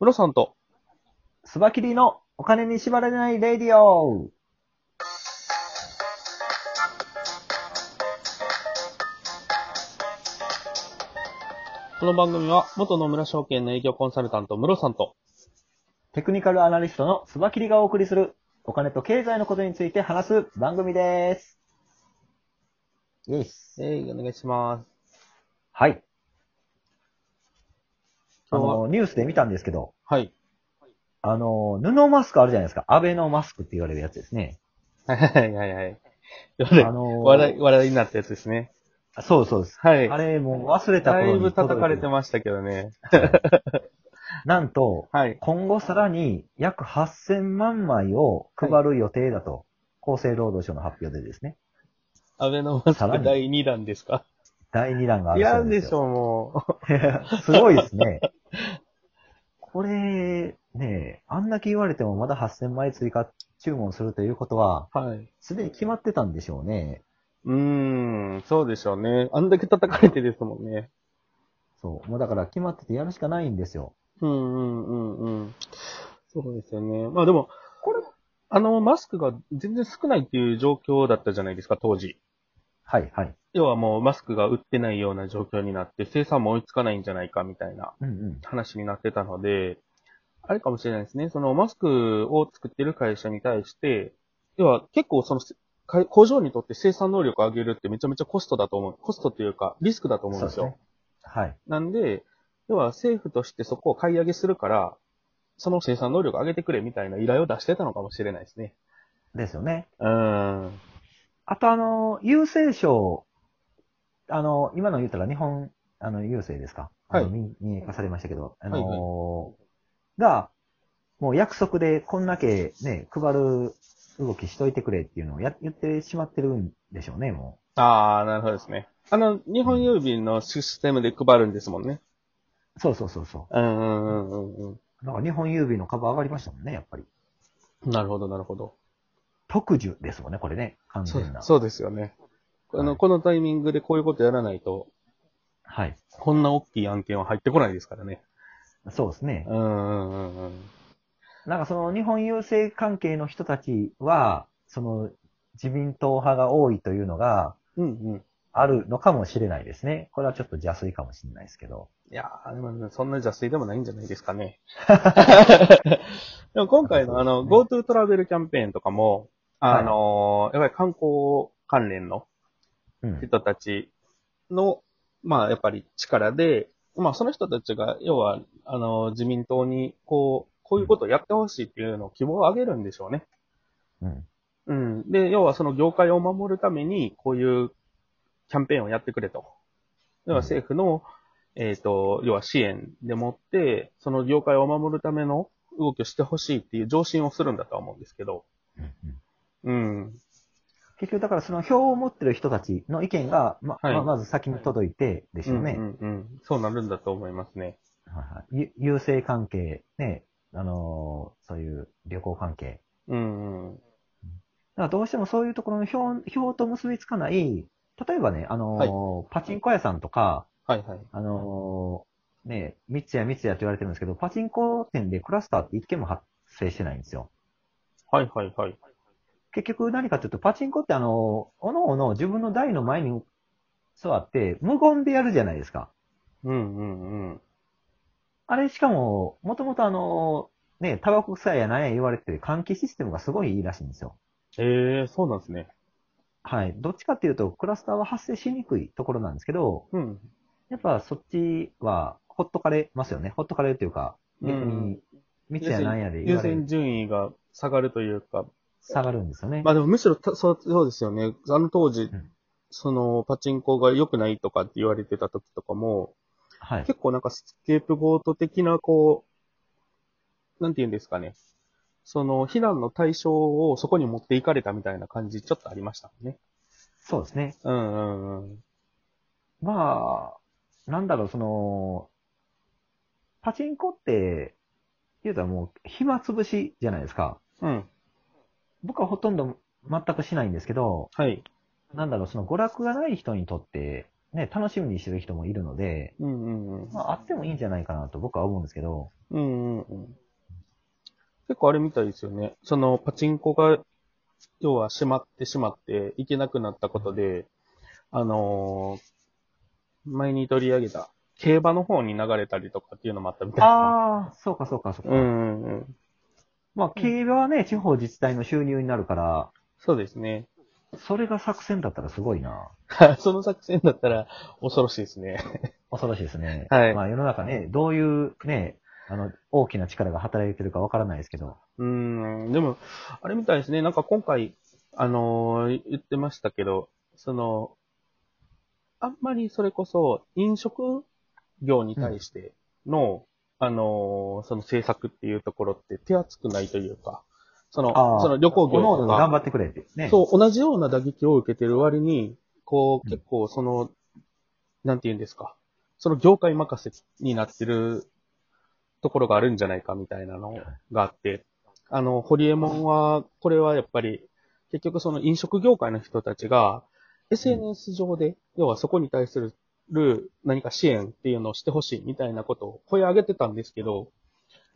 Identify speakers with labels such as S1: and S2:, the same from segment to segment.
S1: ムロさんと、
S2: スバキリのお金に縛られないレディオ
S1: この番組は、元野村証券の営業コンサルタント、ムロさんと、
S2: テクニカルアナリストのスバキリがお送りするお金と経済のことについて話す番組です。イエス。
S1: えー、お願いします。
S2: はい。あ
S1: 今日は、
S2: の、ニュースで見たんですけど、
S1: はい。
S2: あの、布マスクあるじゃないですか。アベノマスクって言われるやつですね。
S1: はいはいはい はい。
S2: あの、
S1: 笑い、笑いになったやつですね。
S2: そうそうです。
S1: はい。
S2: あれ、もう忘れた
S1: だ
S2: 頃
S1: い
S2: に
S1: ぶ叩かれて
S2: ま
S1: ましたけどね。
S2: す。なんと、
S1: はい。
S2: 今後さらに約8000万枚を配る予定だと、厚生労働省の発表でですね、
S1: アベノマス
S2: さら
S1: ク
S2: に
S1: 第2弾ですか
S2: 第2弾があ
S1: い
S2: る
S1: や
S2: そうんで
S1: ですし
S2: よ。
S1: ょう、もう。
S2: すごいですね。これ、ねあんだけ言われてもまだ8000枚追加注文するということは、
S1: はい。
S2: すでに決まってたんでしょうね。
S1: うーん、そうでしょうね。あんだけ叩かれてですもんね。
S2: そう。もうだから決まっててやるしかないんですよ。
S1: うんうんうんうん。そうですよね。まあでも、これ、あの、マスクが全然少ないっていう状況だったじゃないですか、当時。
S2: はい、はい。
S1: 要はもうマスクが売ってないような状況になって、生産も追いつかないんじゃないかみたいな
S2: うんうん。
S1: 話になってたので、あれかもしれないですね。そのマスクを作ってる会社に対して、要は結構その、か工場にとって生産能力を上げるってめちゃめちゃコストだと思う。コストというか、リスクだと思うんですよ。
S2: ね。はい。
S1: なんで、要は政府としてそこを買い上げするから、その生産能力を上げてくれみたいな依頼を出してたのかもしれないですね。
S2: ですよね。
S1: うーん。
S2: あとあの、郵政省、あの、今の言ったら日本、あの、郵政ですか。あ
S1: は
S2: の
S1: い
S2: 民民営化されましたけど、あの
S1: はい
S2: が、もう約束でこんだけね、配る動きしといてくれっていうのをや言ってしまってるんでしょうね、も
S1: ああ、なるほどですね。あの、日本郵便のシステムで配るんですもんね。
S2: う。そうそうそうそ
S1: うんうんうんうん
S2: う。なんか日本郵便の株上がりましたもんね、やっぱり。
S1: うん。なるほど、なるほど。
S2: 特需ですもんね、これね。完全な。
S1: そうですよね。あの、
S2: はい
S1: このタイミングでこういうことやらないと、
S2: はい。
S1: こんな大きい案件は入ってこないですからね。
S2: そうですね
S1: う。んうんうんうん。
S2: なんかその日本郵政関係の人たちは、その自民党派が多いというのが、
S1: うんうん。
S2: あるのかもしれないですね。これはちょっと邪推かもしれないですけど。
S1: いやー、でもね、そんな邪推でもないんじゃないですかね。 でも今回のあの、
S2: そう
S1: GoTo トラベルキャンペーンとかも、あのーやっぱり観光関連の
S2: うん。
S1: 人たちの、まあやっぱり力で、まあその人たちが、要は、あのー自民党に、こう、こういうことをやってほしいっていうのを希望を上げるんでしょうね。
S2: うん。
S1: うん。で、要はその業界を守るために、こういうキャンペーンをやってくれと。要は政府の、えっ、と、要は支援でもって、その業界を守るための動きをしてほしいっていう上進をするんだとは思うんですけど。
S2: うん
S1: うん。
S2: 結局だからその票を持ってる人たちの意見が、ま、
S1: はい
S2: ままず先に届いてでしょうね。
S1: うんうんうん。そうなるんだと思いますね。
S2: はいはいゆ郵政関係、ね、あのーそういう旅行関係。
S1: うんうん。
S2: だからどうしてもそういうところの票、票と結びつかない、例えばね、あのーパチンコ屋さんとか、
S1: はいはい。
S2: あのーね、三つや三つやって言われてるんですけど、パチンコ店でクラスターって一件も発生してないんですよ。
S1: はいはいはい。
S2: 結局何かというと、パチンコってあの、おのおの自分の台の前に座って、無言でやるじゃないですか。
S1: うんうんうん。
S2: あれしかも、もともとあの、ね、タバコ臭いやなんや言われてる換気システムがすごいいいらしいんですよ。
S1: ええそうなんですね。
S2: はい。どっちかっていうと、クラスターは発生しにくいところなんですけど、
S1: うん。
S2: やっぱそっちは、ほっとかれますよね。ほっとかれるというか、
S1: う
S2: 逆
S1: ん
S2: に、密やなんやで言
S1: 優
S2: われる
S1: 先、順位が下がるというか、
S2: 下がるんですよね
S1: ま。あでもむしろたそうそうですよね。あの当時、
S2: ん
S1: そのパチンコが良くないとかって言われてた時とかも、
S2: はい。
S1: 結構なんかスケープゴート的なこう、なんて言うんですかね。その避難の対象をそこに持っていかれたみたいな感じちょっとありましたもんね。
S2: そうですね。
S1: うんうんうん。
S2: まあ、なんだろう、その、パチンコって、言うたらもう暇つぶしじゃないですか。
S1: うん。
S2: 僕はほとんど全くしないんですけど、
S1: はい。
S2: なんだろう、その娯楽がない人にとって、ね、楽しみにしてる人もいるので、
S1: うんうんうん。
S2: まあ、あってもいいんじゃないかなと僕は思うんですけど、
S1: うんうんうん。結構あれみたいですよね。そのパチンコが、要は閉まってしまって行けなくなったことで、あのー前に取り上げた競馬の方に流れたりとかっていうのもあったみたいな。あ。
S2: ああ、そうかそうかそうか。
S1: うんうんうん。
S2: まあ、競馬はね、地方自治体の収入になるから、
S1: そうですね。
S2: それが作戦だったらすごいな。
S1: その作戦だったら恐ろしいですね。
S2: 恐ろしいですね。
S1: はい
S2: まあ、世の中ね、どういうね、あの、大きな力が働いてるかわからないですけど。
S1: うーん、でも、あれみたいですね。なんか今回、あのー言ってましたけど、その、あんまりそれこそ飲食業に対しての、あのーその政策っていうところって手厚くないというか、その、
S2: ー
S1: その旅行業
S2: おのお
S1: と
S2: の頑
S1: か、
S2: 張ってくれって。ね。
S1: そう、同じような打撃を受けてる割に、こう、
S2: うん
S1: 結構その、なんて言うんですか、その業界任せになってるところがあるんじゃないかみたいなのがあって、あの、ホリエモンは、これはやっぱり、結局その飲食業界の人たちが、SNS 上で、要はそこに対する何か支援っていうのをしてほしいみたいなことを声上げてたんですけど、
S2: うん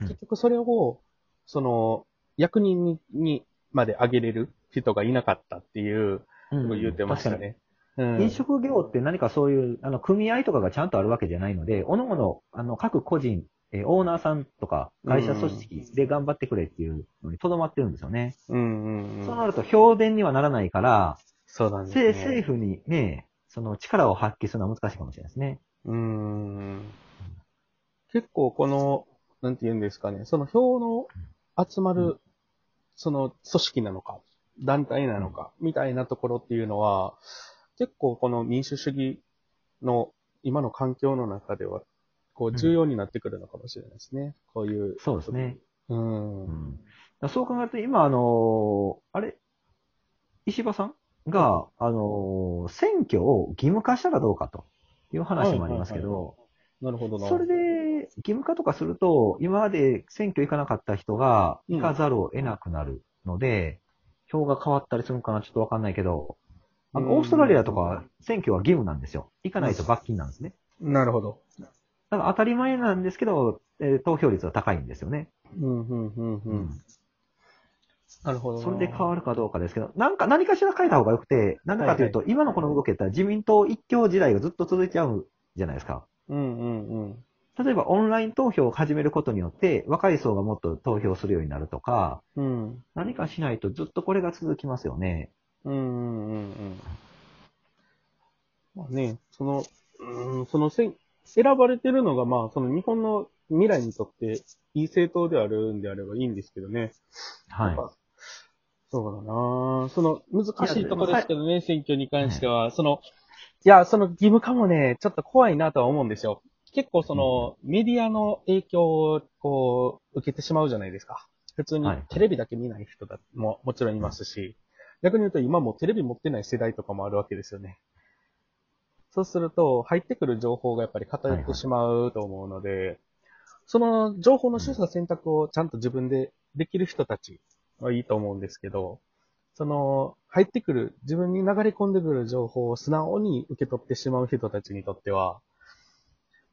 S1: 結局それを、その、役人ににまで上げれる人がいなかったっていう、
S2: うん
S1: 言ってました。ね。うん
S2: 飲食業って何かそういう、あの、組合とかがちゃんとあるわけじゃないので、おのおの、あの、各個人、えーオーナーさんとか、会社組織で頑張ってくれっていうのにとどまってるんですよね。
S1: うんうんうん
S2: そうなると、評伝にはならないから、
S1: そうなんです
S2: せ
S1: ね。
S2: 政府にね、その力を発揮するのは難しいかもしれないですね。
S1: うーん結構この、なんて言うんですかね、その票の集ま
S2: う
S1: る、その組織なのか、団体なのか、みたいなところっていうのは、結構この民主主義の今の環境の中では、こ
S2: う
S1: うん重要になってくるのかもしれないですね。こういう。
S2: そうですね。
S1: う。
S2: うんん。だからそう考えると、今、あのーあれ、石破さんが、あのー選挙を義務化したらどうかという話もありますけ
S1: はいはい
S2: ど、
S1: なるほどな。
S2: それで義務化とかすると、今まで選挙行かなかった人が
S1: うん
S2: 行かざるを得なくなるので、票が変わったりするのかなちょっとわかんないけど、あ
S1: うん
S2: の、オーストラリアとかは選挙は義務なんですよ。行かないと罰金なんですね。
S1: なるほど。
S2: だから当たり前なんですけど、えー投票率は高いんですよね。
S1: うん、うん、うん、うん。なるほどな。
S2: それで変わるかどうかですけど、なんか、何かしら変えた方が良くて、なんでかというと、今のこの動きやったら自民党一強時代がずっと続いちゃうじゃないですか。
S1: うん、うん、うん。
S2: 例えば、オンライン投票を始めることによって、若い層がもっと投票するようになるとか、
S1: うん。
S2: 何かしないとずっとこれが続きますよね。
S1: うんうんうんうん。まあね、その、うん、その選、選ばれてるのが、まあ、その日本の未来にとって、いい政党であるんであればいいんですけどね。
S2: はい。
S1: そうだなあその、難しいところですけどね、選挙に関しては。その、いや、その義務化もね、ちょっと怖いなとは思うんですよ。結構その、メディアの影響を、こう、受けてしまうじゃないですか。普通に
S2: はい
S1: テレビだけ見ない人だも、もちろんいますし、逆に言うと今もうテレビ持ってない世代とかもあるわけですよね。そうすると、入ってくる情報がやっぱり偏ってしまうと思うので、その情報の取捨選択をちゃんと自分でできる人たちはいいと思うんですけど、その、入ってくる、自分に流れ込んでくる情報を素直に受け取ってしまう人たちにとっては、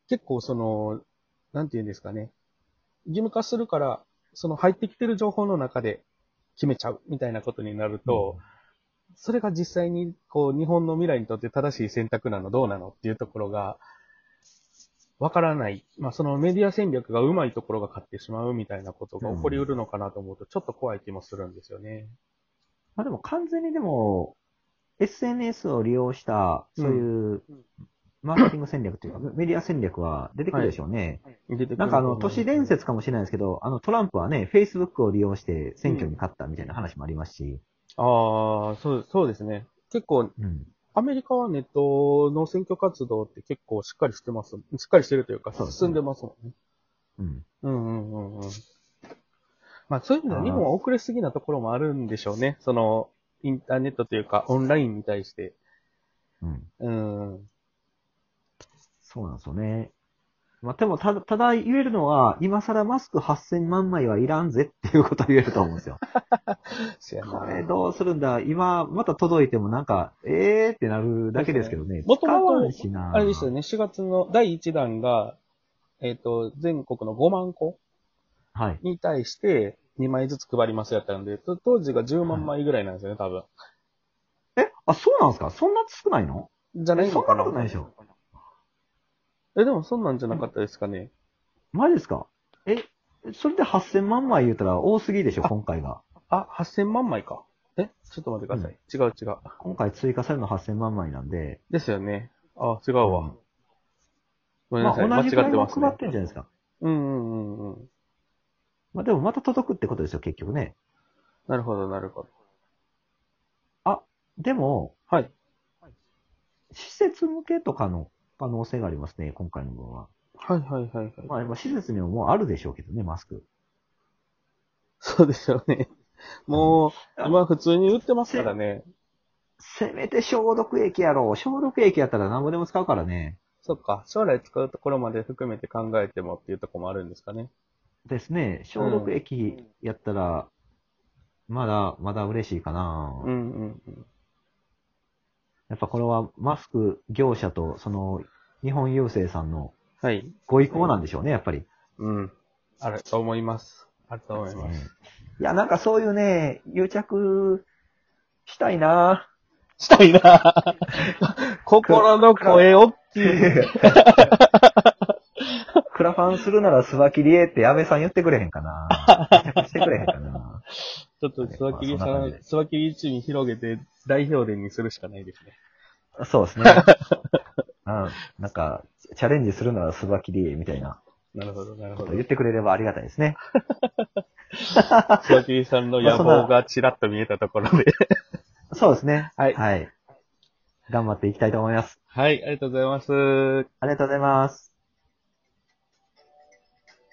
S1: 結構その、なんて言うんですかね、義務化するから、その入ってきてる情報の中で決めちゃうみたいなことになると、それが実際にこう日本の未来にとって正しい選択なのどうなのっていうところが、わからない。まあそのメディア戦略がうまいところが勝ってしまうみたいなことが起こりうるのかなと思うと、ちょっと怖い気もするんですよね。
S2: まあでも完全にでも、SNS を利用した、そういう
S1: うん、
S2: マーケティング戦略というか、メディア戦略は出てくるでしょうね。
S1: 出てくる
S2: なんかあの、都市伝説かもしれないですけど、あの、トランプはね、Facebook を利用して選挙に勝ったみたいな話もありますし、
S1: ああ、そう、そうですね。結構、
S2: うん。
S1: アメリカはネットの選挙活動って結構しっかりしてます。しっかりしてるというか
S2: そう、ですね
S1: 進んでますもんね。
S2: うん。
S1: うんうんうんうん。まあそういう意味では日本は遅れすぎなところもあるんでしょうね。その、インターネットというか、オンラインに対して。
S2: うん。
S1: うん。
S2: そうなんですよね。まあ、でも、ただ、ただ言えるのは、今更マスク8000万枚はいらんぜっていうことは言えると思うんですよ。
S1: せや
S2: こ
S1: な
S2: れどうするんだ今、また届いてもなんか、えーってなるだけですけどね。
S1: そうですね
S2: 使わんしな
S1: あれですよね、4月の第1弾が、えっ、と、全国の5万個
S2: はい。
S1: に対して2枚ずつ配りますやったんで、と当時が10万枚ぐらいなんですよね、多分。
S2: え、あ、そうなんですかそんな少ないの
S1: じゃないのかな
S2: そんなことないでしょ。
S1: え、でもそんなんじゃなかったですかね。
S2: マジですかえ、それで8000万枚言うたら多すぎでしょ今回が。
S1: あ、8000万枚か。えちょっと待ってください。違う違う。
S2: 今回追加されるの8000万枚なんで。
S1: ですよね。あ、違うわ。ごめん
S2: ま
S1: なさい。
S2: あ、
S1: 間
S2: 同
S1: 違っ
S2: じぐらい
S1: て
S2: は
S1: ます
S2: 配
S1: ね
S2: っ。てるんじゃないですか。
S1: うんうんうんうん。
S2: まあ、でもまた届くってことですよ、結局ね。
S1: なるほど、なるほど。
S2: でも、
S1: はい。
S2: 施設向けとかの可能性がありますね、今回の分は。
S1: はいはいはいはい。
S2: まあ、まあ施設にももうあるでしょうけどね、マスク。
S1: そうですよね。もう、
S2: うん
S1: 今普通に売ってますからね。
S2: せめて消毒液やろう。消毒液やったら何ぼでも使うからね。
S1: そっか。将来使うところまで含めて考えてもっていうところもあるんですかね。
S2: ですね。消毒液やったら、まだ、まだ嬉しいかな。
S1: うんうんうん。
S2: やっぱこれはマスク業者と、その、日本郵政さんの
S1: はい。
S2: ご意向なんでしょうね、やっぱり。
S1: うん。あると思います。あると思います。
S2: いや、なんかそういうね、癒着したいな
S1: したいな 心の声大きい。
S2: クラファンするならスバキリエって安倍さん言ってくれへんかな癒着してくれへんかな
S1: ちょっと、スワキリさ
S2: まあそんな感じ
S1: ん、
S2: で
S1: スワキリ一に広げて代表伝にするしかないですね。
S2: そう ですね。うん、なんか、チャレンジするならスバキリエみたいな
S1: なるほど、なる
S2: こ
S1: ほ
S2: と
S1: ど
S2: を。言ってくれればありがたいですね。
S1: スワキリさんの野望がちらっと見えたところで。
S2: そうですね。
S1: はい
S2: はい。頑張っていきたいと思います。
S1: はい、ありがとうございます。
S2: ありがとうございます。